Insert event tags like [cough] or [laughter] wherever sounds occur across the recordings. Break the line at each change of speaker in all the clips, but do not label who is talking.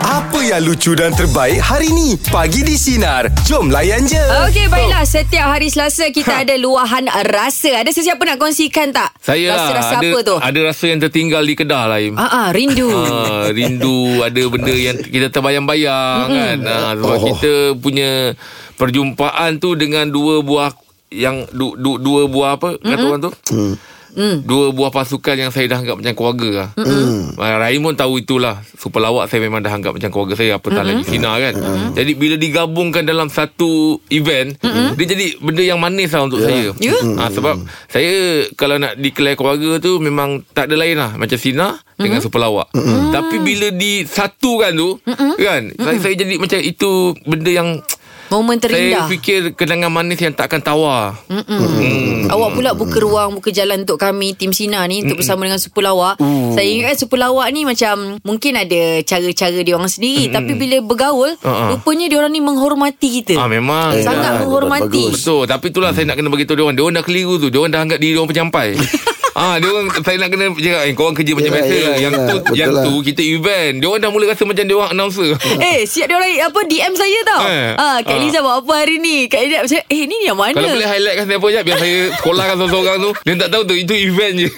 Apa yang lucu dan terbaik hari ni? Pagi di Sinar. Jom layan je.
Okey, baiklah. Setiap hari Selasa
Ha.
kita ada luahan rasa. Ada sesiapa nak kongsikan tak?
Saya lah,
Rasa-rasa
ada,
apa tu?
ada rasa yang tertinggal di Kedah lah Im.
Ah, ah, rindu.
Ah, rindu ada benda yang kita terbayang-bayang mm kan. Ah, sebab
Oh.
oh. kita punya perjumpaan tu dengan dua buah yang du, du, dua buah apa mm kata orang tu?
Hmm.
Mm. Dua buah pasukan yang saya dah anggap macam keluarga lah. Mm. Raimon tahu itulah. Super lawak saya memang dah anggap macam keluarga saya apatah mm-hmm.
Hmm.
lagi Sina kan. Mm-hmm. Jadi bila digabungkan dalam satu event, mm-hmm. dia jadi benda yang manis lah untuk yeah. saya.
Hmm. Ya?
Ha, sebab saya kalau nak declare keluarga tu memang tak ada lain lah. Macam Sina mm-hmm. dengan
Hmm.
Super Lawak. Mm-hmm. Tapi bila disatukan tu,
Hmm.
mm-hmm. kan, mm-hmm. Saya, saya jadi macam itu benda yang
Momen
saya
terindah.
fikir kenangan manis yang tak akan tawar.
Mm. Awak pula buka ruang, buka jalan untuk kami tim Sina ni untuk bersama dengan Super Lawak. Saya ingat kan Super Lawak ni macam mungkin ada cara-cara dia orang sendiri tapi bila bergaul
Ah, ah.
rupanya dia orang ni menghormati kita.
Ah memang.
Sangat
Ya.
menghormati.
Betul Tapi itulah hmm. saya nak kena beritahu diorang Diorang dah keliru tu Diorang dah anggap diri diorang penyampai Ah, dia orang saya nak kena cakap eh korang kerja macam
Yelah,
biasa.
yelah,
yang
yelah.
tu
Betul
yang
lah.
tu kita event. Dia orang dah mula rasa macam dia orang announcer.
Eh, siap dia orang apa DM saya tau.
Eh.
Ah, Kak
Ah.
Liza buat apa hari ni? Kak Liza macam eh ni yang mana?
[laughs] Kalau boleh highlightkan siapa je biar saya sekolahkan seorang-seorang tu. Dia tak tahu tu itu event je.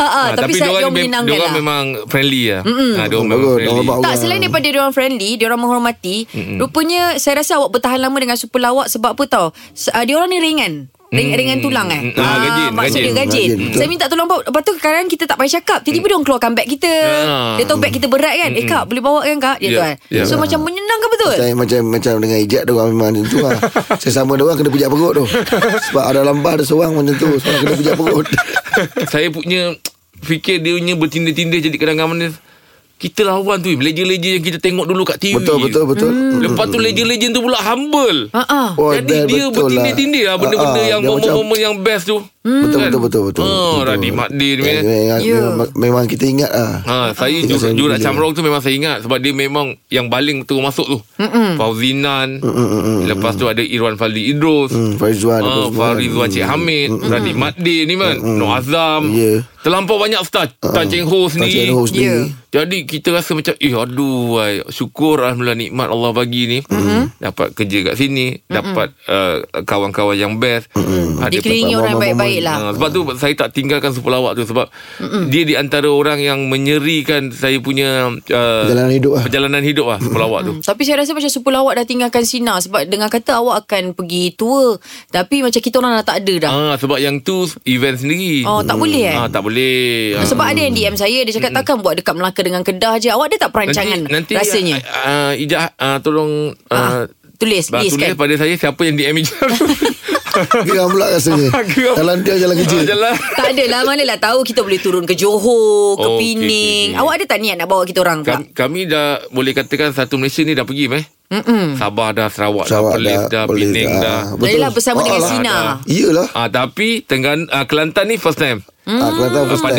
Ah, ah, tapi, saya dia orang
mem-
menyenangkan
diorang
lah.
memang friendly lah. Ha, dia
Oh,
orang memang
bagus.
friendly.
Nampak
Tak
orang.
selain daripada dia orang friendly, dia orang menghormati, mm rupanya saya rasa awak bertahan lama dengan super lawak sebab apa tau? S- Uh, dia orang ni ringan. Ring, Ringan tulang kan
Mm. Ah, gajin,
Maksudnya
gajin.
gajin,
Gajin, betul.
Saya minta tolong bawa Lepas tu kadang kita tak payah cakap Tiba-tiba
Mm.
dia orang keluarkan bag kita
Ah.
Dia tahu bag kita berat kan Eh kak boleh bawa kan kak Dia
Ya,
tu kan
ya.
So macam menyenangkan betul
Saya macam macam dengan ejak tu orang memang macam tu
[laughs]
lah. Saya sama dia orang kena pijak perut tu. Sebab ada lambah ada seorang macam tu. Seorang kena pijak
[laughs]
perut.
[laughs] saya punya fikir dia punya bertindih-tindih jadi kadang-kadang mana kita lawan tu Leja-leja yang kita tengok dulu kat TV
Betul betul betul. Mm.
Lepas tu legend-legend tu pula humble
Ah, ah.
Oh,
Hmm. Jadi dia
dah, betul lah.
bertindih-tindih lah Benda-benda
Ah, ah,
yang
dia macam-
momen-momen yang best tu
Betul
Kan?
betul betul betul.
Oh,
betul.
Radhi Makdir ni,
Ya,
kan?
memang-
Ya.
memang- Memang kita ingat lah.
Ha, saya
Ingat
juga
saya
Jurat
bila.
Camrong tu memang saya ingat sebab dia memang yang baling terus masuk tu. Mm-mm. Fauzinan. Mm-mm. Lepas tu ada Irwan Fadli Idrus.
Hmm, Faizwan apa
Ah,
semua kan.
Farizwan Cik Hamid Radhi Madin ni kan Nur Azam
Ya.
Terlampau banyak star
Hmm.
Tan Cheng Ho
Tak cakap
sendiri
dengan host
Ya.
ni.
Jadi kita rasa macam Eh aduh ay, Syukur Alhamdulillah nikmat Allah bagi ni mm-hmm. Dapat kerja kat sini mm-hmm. Dapat uh, kawan-kawan yang best mm-hmm.
Dikelilingi orang
momen-momen.
baik-baik lah
Ha, sebab tu saya tak tinggalkan super lawak tu sebab Mm-mm. dia di antara orang yang menyerikan saya punya uh,
Perjalanan hidup lah.
Perjalanan hidup lah super lawak tu.
Hmm, Tapi saya rasa macam super lawak dah tinggalkan Sina Sebab dengar kata awak akan pergi tour Tapi macam kita orang dah tak ada dah
Ah sebab yang tu event sendiri.
Oh, tak boleh, eh?
Ah tak boleh. Ah.
Sebab ada yang DM saya Dia cakap takkan buat dekat Melaka dengan Kedah je Awak ada tak perancangan nanti, rasanya
uh, Ijah uh, tolong
Ah,
uh,
Tulis,
bah,
list
tulis
kan
pada saya siapa yang DM Ijah.
[laughs]
Geram pula rasanya.
[laughs] Geram.
Jalan dia jalan kerja.
Ah, [laughs] Jalan.
tak adalah, mana lah tahu kita boleh turun ke Johor, ke oh,
Oh, okey,
Pening.
okey, Kan- okey.
Awak ada tak niat nak bawa kita orang pula?
Kami, kami dah boleh katakan satu Malaysia ni dah pergi meh.
Mm-mm.
Sabah dah, Sarawak,
Sarawak
dah, Perlis dah,
Perlis
Penang dah.
Betul.
Yalah, bersama dengan
Ah,
Sina.
dah. Iyalah.
Ah tapi Tenggan ah, Kelantan ni first time.
Hmm.
Ah,
Ah,
Kelantan first
Pada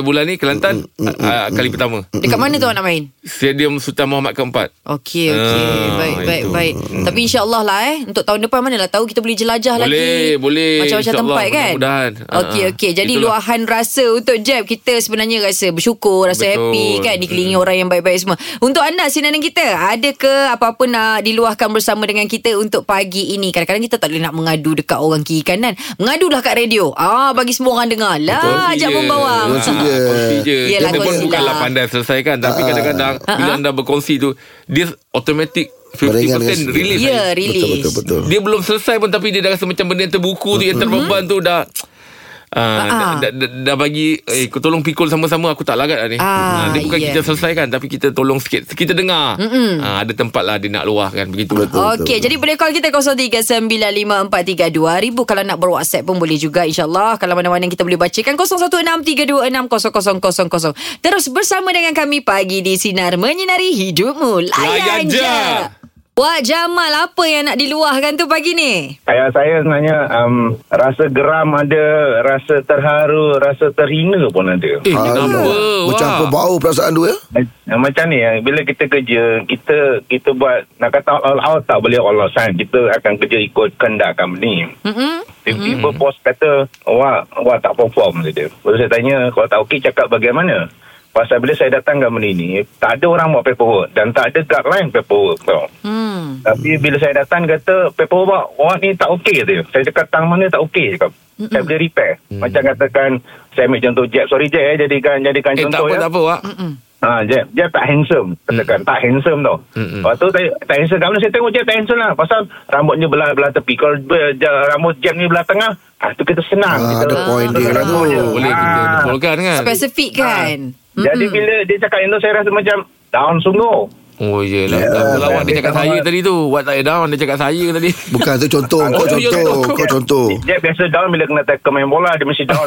24 bulan ni Kelantan ah, ah, kali pertama.
Dekat mana tu awak nak main?
Stadium Sultan Muhammad keempat.
Okey, okey.
Ah,
baik, baik,
itu.
baik. Tapi insyaAllah lah eh. Untuk tahun depan mana lah tahu kita boleh jelajah
Boleh,
lagi.
boleh.
Macam-macam
InsyaAllah,
tempat kan?
mudah-mudahan. Ah,
Okey,
ah.
okey. Jadi
Itulah.
luahan rasa untuk Jeb. Kita sebenarnya rasa bersyukur, rasa
Betul. Hmm.
happy kan. Dikelilingi orang yang baik-baik semua. Untuk anda, sinanan kita. Adakah apa-apa nak diluahkan bersama dengan kita untuk pagi ini? Kadang-kadang kita tak boleh nak mengadu dekat orang kiri kanan. Mengadulah kat radio. Ah, bagi semua orang dengar. Lah,
Kongsi
Jeb
je.
membawa.
Kongsi
Ah,
je.
Kongsi je.
Yelah,
Kita pun
kongsi
bukanlah
lah.
pandai selesaikan tapi kadang-kadang bila anda berkongsi tu dia automatic
Beringat dengan
50%
sendiri.
release.
Ya,
Betul
release.
betul betul.
Dia belum selesai pun tapi dia dah rasa macam benda yang terbuku tu yang terbeban tu dah Ah, dah, dah, dah, dah bagi eh kau tolong pikul sama-sama aku tak larat lah ni.
Ah,
Ah, dia bukan
yeah.
kita selesaikan tapi kita tolong sikit. Kita dengar. Ah, ada tempat lah dia nak luahkan begitu.
Betul.
Okey, jadi boleh call kita 0395432000 kalau nak berWhatsApp pun boleh juga insyaallah. Kalau mana-mana kita boleh bacakan 0163260000. Terus bersama dengan kami pagi di sinar menyinari hidupmu. Layan
Layan je.
je. Wah Jamal, apa yang nak diluahkan tu pagi ni?
Saya saya sebenarnya um, rasa geram ada, rasa terharu, rasa terhina pun ada.
Eh, kenapa?
Aduh, Ah, Macam
Wah.
apa bau perasaan tu ya?
Eh, Macam ni eh, bila kita kerja, kita kita buat nak kata all out tak boleh all out sign. Kita akan kerja ikut kehendak company.
Mm-mm.
Tiba-tiba bos kata, wah, wah tak perform kata dia. Lepas tu saya tanya, kalau tak okey cakap bagaimana? Pasal bila saya datang ke benda ni, tak ada orang buat paperwork dan tak ada guideline paperwork tau.
Hmm.
Tapi bila saya datang kata paperwork orang ni tak okey dia. Saya cakap tang mana tak okey cakap. Mm-mm. Saya boleh repair. Mm. Macam katakan saya ambil contoh Jeb. Sorry Jeb eh jadikan jadikan
Eh tak
contoh
apa
ya.
tak apa Wak
Ha Jeb, Jeb tak handsome. Katakan tak handsome tau.
Mm-mm.
Lepas tu saya tak handsome. Kalau saya tengok Jeb tak handsome lah. Pasal rambutnya belah belah tepi. Kalau ber- ja- rambut Jeb ni belah tengah, ah tu kita senang.
Ah,
kita,
ada point dia lah tu.
Oh, Boleh kita
Ah.
depolkan kan
Spesifik kan?
ha.
Mm-mm. Jadi bila dia cakap yang tu saya rasa macam down sungguh.
Oh yelah
Ya,
yeah, Kalau awak dia cakap
Kita
saya
sama-
tadi tu Wak tak ada down Dia cakap saya tadi
Bukan tu contoh Kau
Oh,
contoh
contoh. [laughs]
Kau
Oh.
contoh
Jeb biasa down bila kena tackle main bola dia mesti down.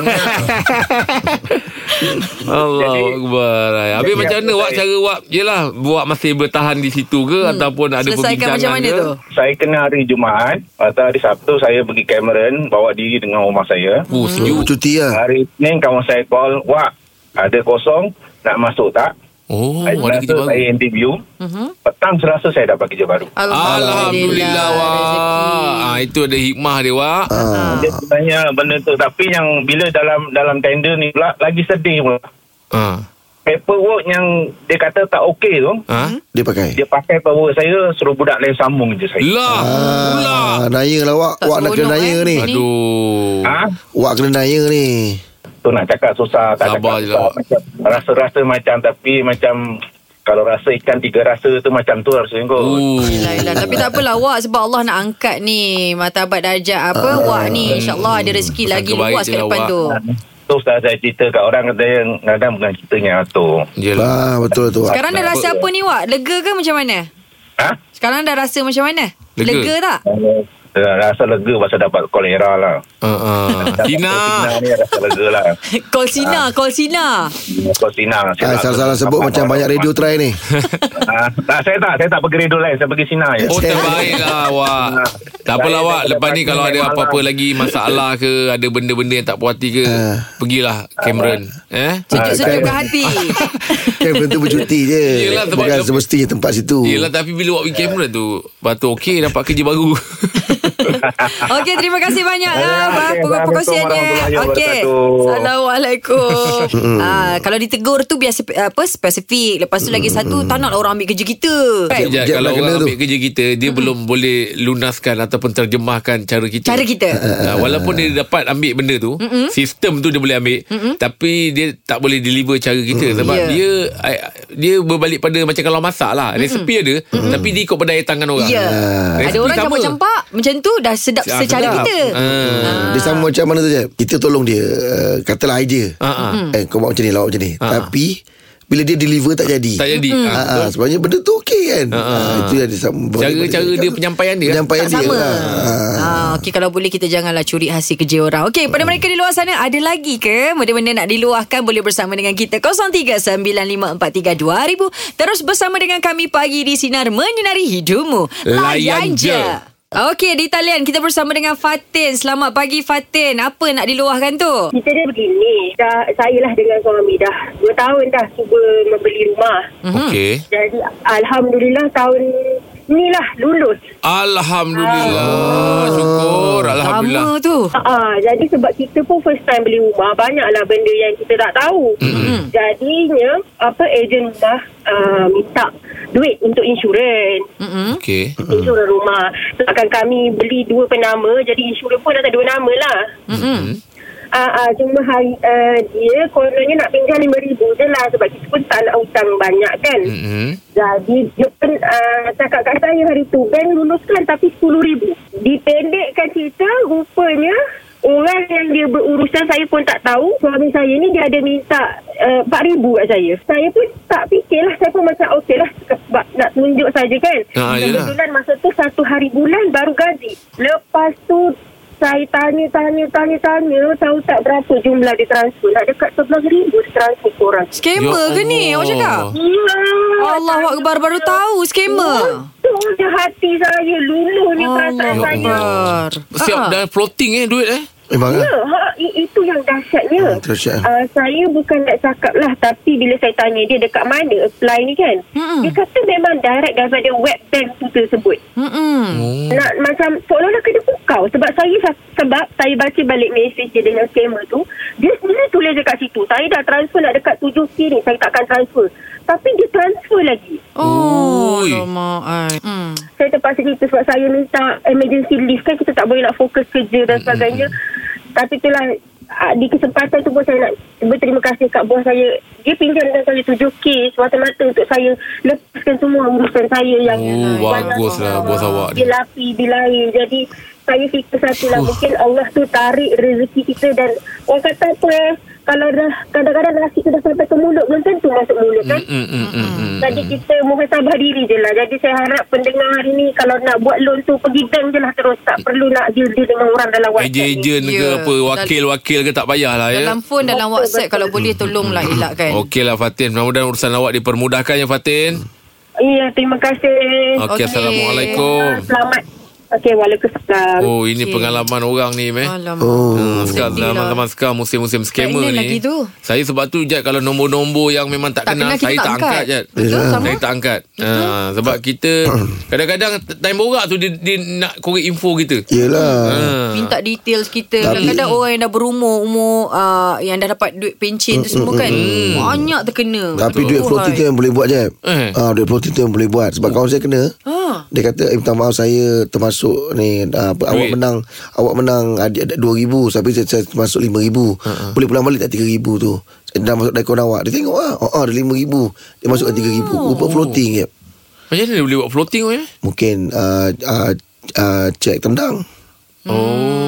Allah
Jadi-
Akbar Habis
Jadi
macam
apa
mana Wak
saya-
Cara Wak Yelah Wak masih bertahan di situ ke Ataupun ada
Hmm, Selesaikan
perbincangan
macam mana
ke?
tu?
saya kena hari Jumaat atau hari Sabtu saya pergi Cameron bawa diri dengan rumah saya
Oh
Oh,
sejuk
Cuti lah
hari Isnin kawan saya call wah ada kosong nak masuk tak
Oh
hari
ada kerja
Selasa saya
baru
interview
Mhm.
petang Selasa saya dapat kerja baru
Alhamdulillah Wak ah, Itu ada hikmah dia Wak
Ah.
dia sebenarnya benda tu tapi yang bila dalam dalam tender ni pula lagi sedih pula
ah.
paperwork yang dia kata tak okey tu
Ha?
Dia pakai
dia pakai paperwork saya suruh budak lain sambung je saya
Lah Lah
Ah, Naya lah Wak
Tak
Wak nak kena
seronok,
naya
eh.
ni
Ni-
Aduh
ha?
Wak kena naya ni
tu nak cakap susah tak
Sabar
cakap
je
susah.
lah.
macam rasa-rasa macam tapi macam kalau rasa ikan tiga rasa tu macam tu harusnya kot
Oh.
Yelah, yelah. Tapi tak apalah Wak Sebab Allah nak angkat ni Martabat darjah apa Wak ni InsyaAllah ada rezeki
Pesan
lagi
terbaik
luas
je
kat
lah,
depan
Wak.
tu
tu saya saya cerita kat orang kata yang kadang bukan kita yang atur
Yelah
ah, Betul tu Wak
Sekarang dah
Apa-
rasa apa ni Wak Lega ke macam mana?
ha?
Sekarang dah rasa macam mana?
Lega.
Lega tak?
Eh, rasa lega pasal dapat kolera lah
Ah, ah. Tina
Sina ni rasa lega lah
Call Sina Call Sina
Kau Sina
ah, Salah-salah sebut macam banyak radio try ni
ha? tak, saya tak saya tak pergi radio lain saya pergi Sina je
Oh terbaiklah Wak Tak apalah Wak Lepas ni kalau ada apa-apa lagi Masalah ke Ada benda-benda yang tak puas hati ke Pergilah Cameron Eh
Sejuk-sejukkan
Ah,
hati
[laughs] Kan tentu bercuti je
Yelah, sebab-
Bukan semestinya tempat situ
Yelah tapi bila Wak pergi Cameron tu Lepas tu okey dapat kerja [laughs] baru
Okey terima kasih banyak
Ya,
ah,
okey.
Pokok perkongsiannya
Assalamualaikum warahmatullahi
Okey
wabarakatuh.
Assalamualaikum ah, Kalau ditegur tu biasa apa spesifik Lepas tu lagi satu Tak nak lah orang ambil kerja kita kan?
Sekejap
Jeb
Kalau
dah
orang
kena tu.
ambil kerja kita Dia belum boleh lunaskan Ataupun terjemahkan cara kita
Cara kita
Ah, Walaupun dia dapat ambil benda tu Mm-mm. Sistem tu dia boleh ambil Mm-mm. Tapi dia tak boleh deliver cara kita Sebab
Ya.
yeah. dia I- Dia berbalik pada Macam kalau masak lah Resepi ada Mm-mm. Tapi dia ikut pedaya tangan orang
Ya Ada
Resipi
orang
sama.
macam macam pak Macam tu dah sedap
Ah,
secara
sedap.
kita
Ah.
Dia sama macam mana tu je Kita tolong dia uh, Katalah idea
Ah, ah.
Eh kau buat macam ni Lawak macam ni
Ah.
Tapi Bila dia deliver tak jadi
Tak jadi
Ah,
Ah,
ah, Sebenarnya benda tu okey kan
Ah, ah.
Ah, Itu yang dia sama
Cara-cara dia penyampaian dia. kan?
Penyampaian
tak
dia
sama.
lah.
Ha.
Ah.
Okey kalau boleh kita janganlah curi hasil kerja orang. Okey
Hmm.
pada mereka di luar sana ada lagi ke benda-benda nak diluahkan boleh bersama dengan kita 0395432000 terus bersama dengan kami pagi di sinar menyinari hidupmu. Layan
Layan
je.
je.
Okey di talian kita bersama dengan Fatin. Selamat pagi Fatin. Apa nak diluahkan tu?
Kita dia begini dah, Saya lah dengan suami dah Dua tahun dah cuba membeli rumah
Mm-hmm.
Okey
Jadi Alhamdulillah tahun ni lah lulus
Alhamdulillah Syukur Alhamdulillah
Lama tu.
Aa, Ah, Jadi sebab kita pun first time beli rumah Banyaklah benda yang kita tak tahu mm-hmm. Jadinya apa Ejen rumah uh, minta duit untuk insurans
Mm-mm.
Okey
Insurans rumah Sebabkan kami beli dua penama Jadi insurans pun ada dua nama lah
Mm-mm.
Uh, uh, cuma hari, uh, dia kononnya nak pinjam RM5,000 je lah sebab kita pun tak nak hutang banyak kan. Mm.
Mm-mm.
Jadi dia pun uh, cakap kat saya hari tu bank luluskan tapi RM10,000. Dipendekkan cerita rupanya orang yang dia berurusan saya pun tak tahu. Suami saya ni dia ada minta uh, RM4,000 kat saya. Saya pun tak fikirlah. Saya pun macam okey lah sebab nak tunjuk saja kan.
Ah, yelah.
Kebetulan masa tu satu hari bulan baru gaji. Lepas tu saya tanya, tanya, tanya, tanya. Tahu tak berapa jumlah dia transfer? Nak dekat RM11,000 dia transfer korang.
Scammer
Ya
ke ni? Awak
Allah.
cakap?
Ya.
Allah Akbar baru tahu scammer.
Betulnya hati saya luluh ni perasaan
Oh, Allah
saya.
Akbar.
Siap
Ah.
dah floating eh duit eh
Memang ah.
Ya, ha, i- itu yang dahsyatnya.
Hmm, dahsyat.
Uh, saya bukan nak cakap lah tapi bila saya tanya dia dekat mana apply ni kan.
Mm-mm.
Dia kata memang direct daripada web bank tu tersebut.
Oh.
Mm-mm.
Nak macam seolah-olah kena pukau sebab saya sebab saya baca balik message dia dengan scammer tu dia sendiri tulis dekat situ saya dah transfer nak dekat 7k ni saya takkan transfer tapi dia transfer lagi
Oh,
Ui.
alamak. ai. Hmm.
saya terpaksa gitu sebab saya minta emergency leave kan kita tak boleh nak fokus kerja dan sebagainya tapi itulah ah, di kesempatan tu pun saya nak berterima kasih kat bos saya dia pinjamkan saya 7k semata-mata untuk saya lepaskan semua urusan saya yang
Oh, baguslah bos awak ni.
dia lapi bilai jadi saya fikir satu lah mungkin Allah tu tarik rezeki kita dan orang kata apa eh kalau dah kadang-kadang nasi tu dah sampai ke mulut belum tentu masuk mulut kan
Mm, mm, mm, mm, mm.
jadi kita muhasabah diri je lah. Jadi saya harap pendengar hari ni kalau nak buat loan tu pergi bank je lah terus. Tak perlu nak deal deal dengan orang dalam WhatsApp ni.
Ejen-ejen ke
Ya.
apa Wakil-wakil ke tak payahlah ya
Dalam phone, dalam WhatsApp kalau boleh tolonglah elakkan.
Okey lah Fatin Mudah-mudahan urusan awak dipermudahkan ya Fatin
Ya, terima kasih.
Okey
Okey.
okay. Assalamualaikum
Selamat. Okey, Waalaikumsalam.
Oh ini
Hmm. Okey.
pengalaman orang ni meh
Alamak.
Oh.
Hmm, sekarang
sedih lah.
zaman-zaman sekarang musim-musim scammer
Pregnant
ni.
lagi tu.
Saya sebab tu Jad kalau nombor-nombor yang memang tak,
Tak
kenal
kenal, kita
saya
tak
tak angkat,
angkat.
Jad.
Betul, sama.
Saya tak angkat. Ha, sebab kita kadang-kadang time borak tu dia, dia nak korek info kita.
Yelah
Ha.
Minta details kita Kadang-kadang orang yang dah berumur Umur uh, Yang dah dapat duit pencen tu semua kan Banyak terkena
Tapi duit floating tu yang boleh buat je
Eh. Hmm.
ha, Duit floating tu yang boleh buat Sebab kawan saya kena
Ha.
Dia kata eh, minta maaf saya termasuk ni ah, apa, awak
Duit.
menang awak menang adik dua ribu tapi saya, saya termasuk lima ribu uh-huh. boleh pulang balik tak tiga ribu tu Saya dah masuk dekon awak dia tengok ah oh, oh ada lima ribu dia masuk kat tiga ribu
Oh.
rupa floating je
Macam mana dia boleh buat floating meh?
mungkin uh, uh, uh, cek tendang
Hmm.
Oh. mm.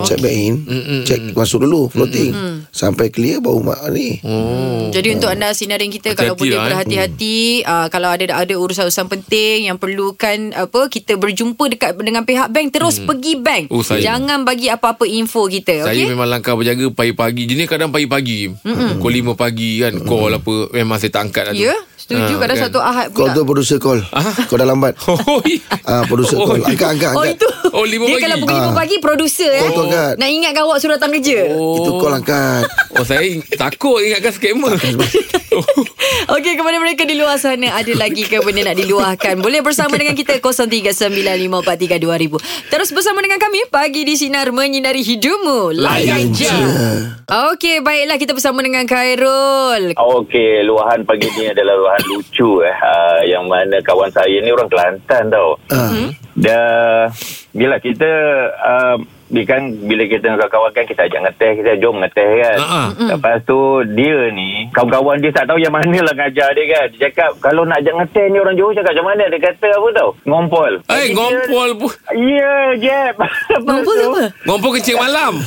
Check back in
Mm-mm.
Check masuk dulu Floating
mm,
Sampai clear baru mak ni
Oh.
Jadi untuk anda sinarin kita kalau
Hati-hati
boleh
lah, eh.
berhati-hati uh, kalau ada ada urusan-urusan penting yang perlukan apa kita berjumpa dekat dengan pihak bank terus pergi bank.
Oh, saya.
Jangan bagi apa-apa info kita
Saya
okey.
memang langkah berjaga pagi-pagi. Jenis kadang pagi-pagi. Mm-mm. Call 5 pagi kan. Call apa. Memang saya tak angkat lah tu.
Ya, setuju
Ha,
kadang
kan?
satu ahad
Call
pula.
tu producer call Kau dah lambat
Ah. Oh,
Ah, Producer
Oh,
call
iya.
Angkat angkat
Oh
angkat
itu.
Oh, lima
Dia
pagi.
kalau pukul
Ah.
5 pagi producer eh.
Call tu angkat.
Nak ingatkan awak suruh datang kerja.
Itu call angkat
Oh saya ing- takut ingatkan skamer. [laughs] oh.
Okey kepada mereka di luar sana ada lagi ke benda nak diluahkan boleh bersama dengan kita 0395432000 terus bersama dengan kami pagi di sinar menyinari hidupmu layan je Okey baiklah kita bersama dengan Khairul
Okey, luahan pagi ni adalah luahan lucu eh. Uh, yang mana kawan saya ni orang Kelantan tau. Uh. Dia bila kita uh, dia kan bila kita dengan kawan kan kita ajak ngeteh, kita jom ngeteh kan.
Ha-ha.
Uh-huh. Lepas tu dia ni, kawan-kawan dia tak tahu yang mana lah ngajar dia kan. Dia cakap kalau nak ajak ngeteh ni orang Johor cakap macam mana? Dia kata apa tau? Ngompol.
Eh ngompol pun.
Ya, yeah, Jeb.
Nombor apa?
Ngompol kencing malam.
[laughs]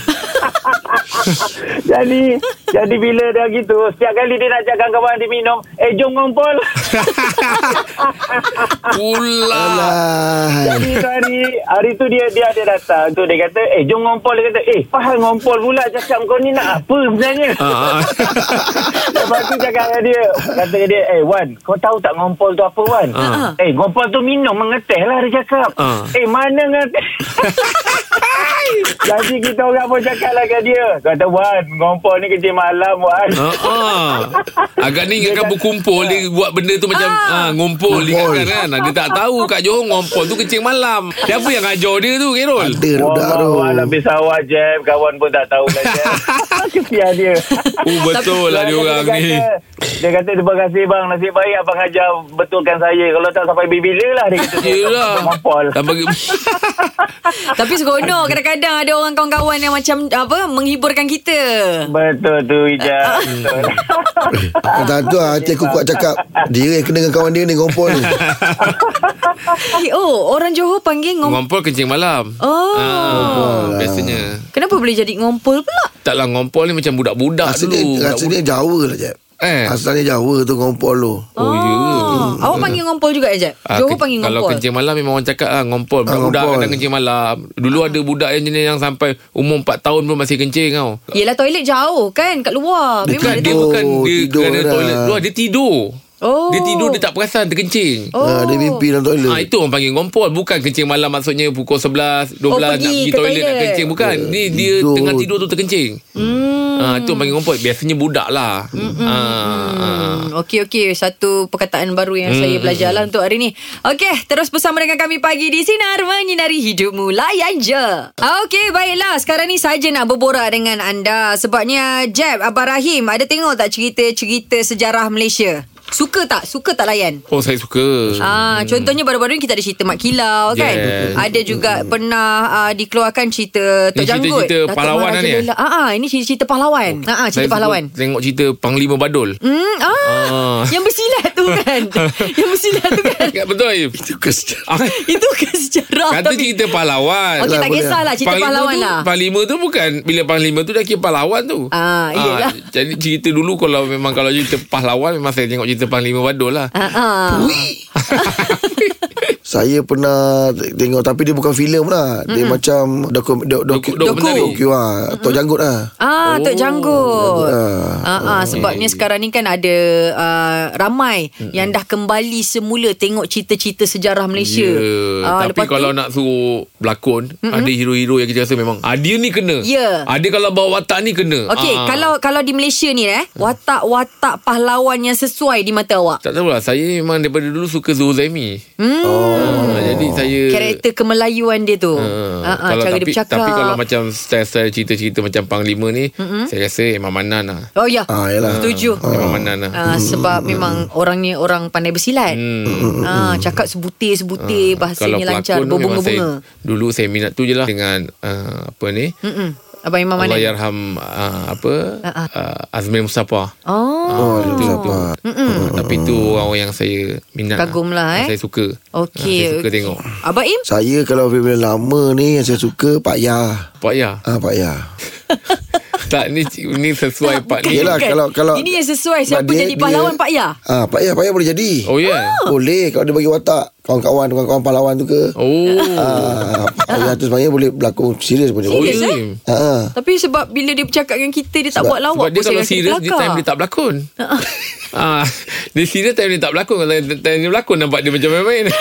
Jadi Jadi bila dah gitu Setiap kali dia nak cakap kawan dia minum Eh jom ngompol [laughs]
Pula.
Alah
Jadi tu hari Hari tu dia dia ada datang tu Dia kata Eh jom ngompol Dia kata Eh faham ngompol pula Cakap kau ni nak apa sebenarnya
Ah, ah.
Lepas tu cakap dengan dia Kata dengan dia Eh Wan Kau tahu tak ngompol tu apa Wan
Ha.
Ah.
Eh ngompol tu minum Mengeteh lah dia cakap
Ah.
Eh mana ngeteh Jadi kita orang pun cakap lah kat dia Kata Wan Ngompol ni kerja malam Wan
Ah, ah. Agak ni ingatkan berkumpul Dia buat benda tu macam ah. Ngumpul Ingatkan kan Dia tak tahu Kat Johor ngompol tu kencing malam Siapa yang ajar dia tu Kirol
Ada budak tu
Wallahu alam bisawah Jeb Kawan pun tak tahu lah Jeb Kesian dia
Oh betul lah dia orang
kata,
ni
Dia kata terima kasih bang Nasib baik abang ajar Betulkan saya Kalau tak sampai bila lah Dia kata
Yelah
Mampol
Tak Ya bagi
Tapi seronok kadang-kadang ada orang kawan-kawan yang macam apa menghiburkan kita
Betul tu Ijaz
Tak tu lah Hati aku kuat cakap Dia yang kena dengan kawan dia ni Ngompol
[laughs]
ni
Eh, Oh orang Johor panggil ngompol
Ngompol kencing malam
Oh.
ah, Biasanya
Kenapa boleh jadi ngompol pula
Taklah ngompol ni macam budak-budak
Rasa dia,
dulu
rasa dia Jawa lah Jeb
Eh.
Asalnya Jawa tu Ngompol tu
Oh, ya.
Ah. Awak panggil ngompol juga Ejab
Ah,
Johor
ke-
panggil
Kalau
ngompol
kencing malam memang orang cakap ah, ngompol.
Ah,
Budak-budak
ngompol.
kadang kencing malam. Dulu ada budak yang jenis yang sampai umur 4 tahun pun masih kencing tau.
Yelah toilet jauh kan Kat luar Memang
Dia
Bukan,
ada
dia
tidur,
bukan dia
tidur lah.
kerana
dah.
toilet keluar, dia tidur.
Oh.
Dia tidur dia tak perasan terkencing.
Oh.
Ah, dia mimpi dalam toilet.
Ah itu orang panggil ngompol bukan kencing malam maksudnya pukul 11 12
Oh,
nak
pergi
pergi
ke
toilet nak
toilet.
kencing bukan ni dia
tidur.
tengah tidur tu terkencing. Hmm. Ah itu orang panggil ngompol biasanya budak lah. Hmm. Ah.
Hmm, okey okey satu perkataan baru yang
Hmm,
saya belajar lah untuk hari ni. Okey, terus bersama dengan kami pagi di sinar menyinari hidupmu layan je. Okey, baiklah sekarang ni saja nak berborak dengan anda sebabnya Jeb Abang Rahim ada tengok tak cerita-cerita sejarah Malaysia? Suka tak? Suka tak layan?
Oh saya suka.
Ah, contohnya baru-baru ni kita ada cerita Mak Kilau kan.
Hmm. Yes.
Ada juga pernah uh, dikeluarkan cerita Tok
Ni cerita-cerita
Janggut. Datuk
pahlawan
Maharaja
ni, eh?
Lola.
Oh,
Ah, ah, ini cerita pahlawan. Ah, ah, cerita
Saya suka
pahlawan.
Tengok cerita Panglima
[laughs]
Badul.
Hmm, ah,
Ah.
yang bersilat tu
[laughs]
kan. yang bersilat tu kan.
Ya, Betul Aif.
Itu kes-
Ah,
Itu ke sejarah
Kata
tapi-
cerita pahlawan.
Okey, tak
boleh.
kisahlah cerita pahlawan
tu,
lah.
Panglima tu bukan bila panglima tu dah kira pahlawan tu.
Ah, iyalah.
jadi cerita dulu kalau memang kalau cerita pahlawan memang saya tengok cerita panglima badul lah.
Ah, ah.
Saya pernah tengok tapi dia bukan filem lah. Dia macam dokum do, doku,
Doku- dokumentari.
doku ah, Tok Janggut lah.
[laughs] Ah,
Oh,
Tok Janggut.
ya,
Ah.
Ah, ah, sebabnya sekarang ni kan ada uh, ramai
Hmm,
yang dah kembali semula tengok cerita-cerita sejarah Malaysia. Ah,
Ya, tapi kalau nak suruh berlakon, mm-hmm. ada hero-hero yang kita rasa memang ah, dia ni kena.
Ya.
Ada kalau bawa watak ni kena.
Okey,
Ah. Hmm.
kalau kalau di Malaysia ni eh, watak-watak pahlawan yang sesuai di mata awak.
tak tahulah saya ni memang daripada dulu suka Zul Zaimi. Hmm. Oh. jadi saya
Karakter kemelayuan dia tu.
Ah,
Ah, ah,
kalau
cara
tapi,
dia bercakap.
tapi kalau macam style-style cerita-cerita macam Panglima ni, mm-hmm. saya rasa Imam Manan lah.
Oh ya.
Ah, yalah.
Setuju.
Memang mana lah.
Ah, sebab memang orang ni orang pandai bersilat. Ah, cakap sebutir-sebutir
Hmm. Ah, Kalau
bahasanya lancar,
pelakon tu memang saya
berbunga-bunga.
dulu saya minat tu je lah dengan uh, apa ni?
Mm-mm. Abang Imam
Allah
Manan.
yarham uh, apa?
Ah,
Uh, Azmil Mustafa.
Oh.
Oh,
Azmil Mustafa.
Uh,
Ah.
tapi tu orang yang saya minat.
Kagum lah, eh.
Saya suka.
Okey.
Ah, saya suka
okey.
tengok.
Abang Im?
Saya kalau filem lama ni yang saya suka Pak Yah.
Pak ya.
Ah Pak Yah.
tak ni
[laughs]
ni sesuai Pak ni.
Yelah
bukan.
kalau kalau
Kan? Ini yang sesuai
sebab
siapa jadi pahlawan Pak Ya? Yah?
Ah Pak Yah Pak Yah boleh jadi.
Oh ya.
Boleh kalau dia bagi watak kawan-kawan kawan-kawan pahlawan tu ke.
Oh.
Ah Pak Yah tu sebenarnya boleh berlakon serius pun dia.
Oh,
Serius,
ya.
eh?
Ah, ah.
Tapi sebab bila dia bercakap dengan kita dia tak buat
Sebab
lawak.
dia
pun saya
kalau
rasa
serius Dia
kelakar.
time dia tak
[laughs]
berlakon ah, Dia serius time dia tak berlakon Kalau time dia berlakon Nampak dia macam main-main
[laughs]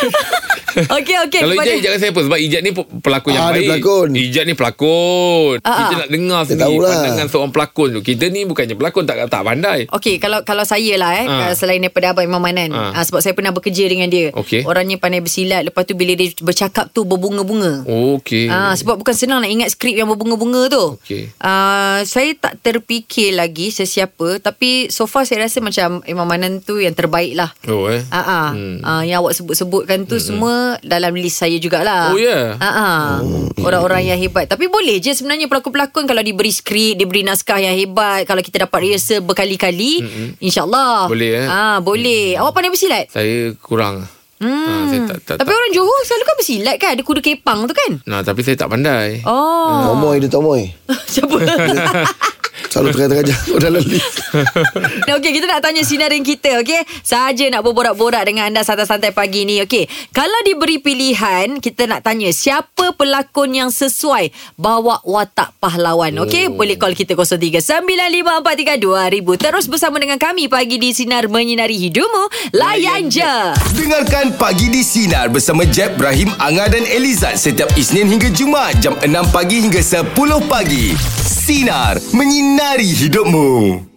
Okey okey.
Kalau
sebab
Ijat
dia-
Ijat rasa apa Sebab Ijat ni pe- pelakon yang
Ah, dia
baik
pelakon.
Ijat ni pelakon
Ah,
Kita
ah.
nak dengar
Dia
sendiri
tahulah.
Pandangan seorang pelakon tu Kita ni bukannya pelakon Tak tak pandai
Okey, kalau kalau saya lah eh
Ah.
selain daripada Abang Imam Manan
Ah.
ah, sebab saya pernah bekerja dengan dia.
Okey.
Orangnya pandai bersilat, lepas tu bila dia bercakap tu berbunga-bunga.
Okey
Ah sebab bukan senang nak ingat skrip yang berbunga-bunga tu.
Okey.
Ah saya tak terfikir lagi sesiapa tapi so far saya rasa macam Imam Manan tu yang terbaik lah.
Oh eh
Ah ah. Hmm. ah yang awak sebut-sebutkan tu hmm. semua dalam list saya jugalah.
Oh, ya?
Ah ah. Orang-orang yang hebat. Tapi boleh je sebenarnya pelakon-pelakon kalau diberi skrip, diberi naskah yang hebat, kalau kita dapat rehearsal berkali-kali, hmm. insya-Allah.
Hmm. Boleh, eh?
Ah boleh. Awak pandai bersilat?
Saya kurang hmm. ah, Saya tak, tak,
Tapi
tak.
orang Johor selalu kan bersilat kan? Ada kuda kepang tu kan?
Nah, tapi saya tak pandai
Oh.
Hmm.
Tomoy dia Tomoy.
[laughs]
[laughs]
Siapa?
Selalu tengah-tengah jalan [laughs] dalam lift.
Nah, okey, kita nak tanya sinarin kita, okey? Saja nak berborak-borak dengan anda santai-santai pagi ni, okey? Kalau diberi pilihan, kita nak tanya siapa pelakon yang sesuai bawa watak pahlawan, okey? Boleh call kita 0395432000. Terus bersama dengan kami pagi di Sinar Menyinari Hidupmu, layan je.
Dengarkan Pagi di Sinar bersama Jeb, Ibrahim, Anga dan Elizad setiap Isnin hingga Jumaat jam 6 pagi hingga 10 pagi. Sinar. Menyinari hidupmu.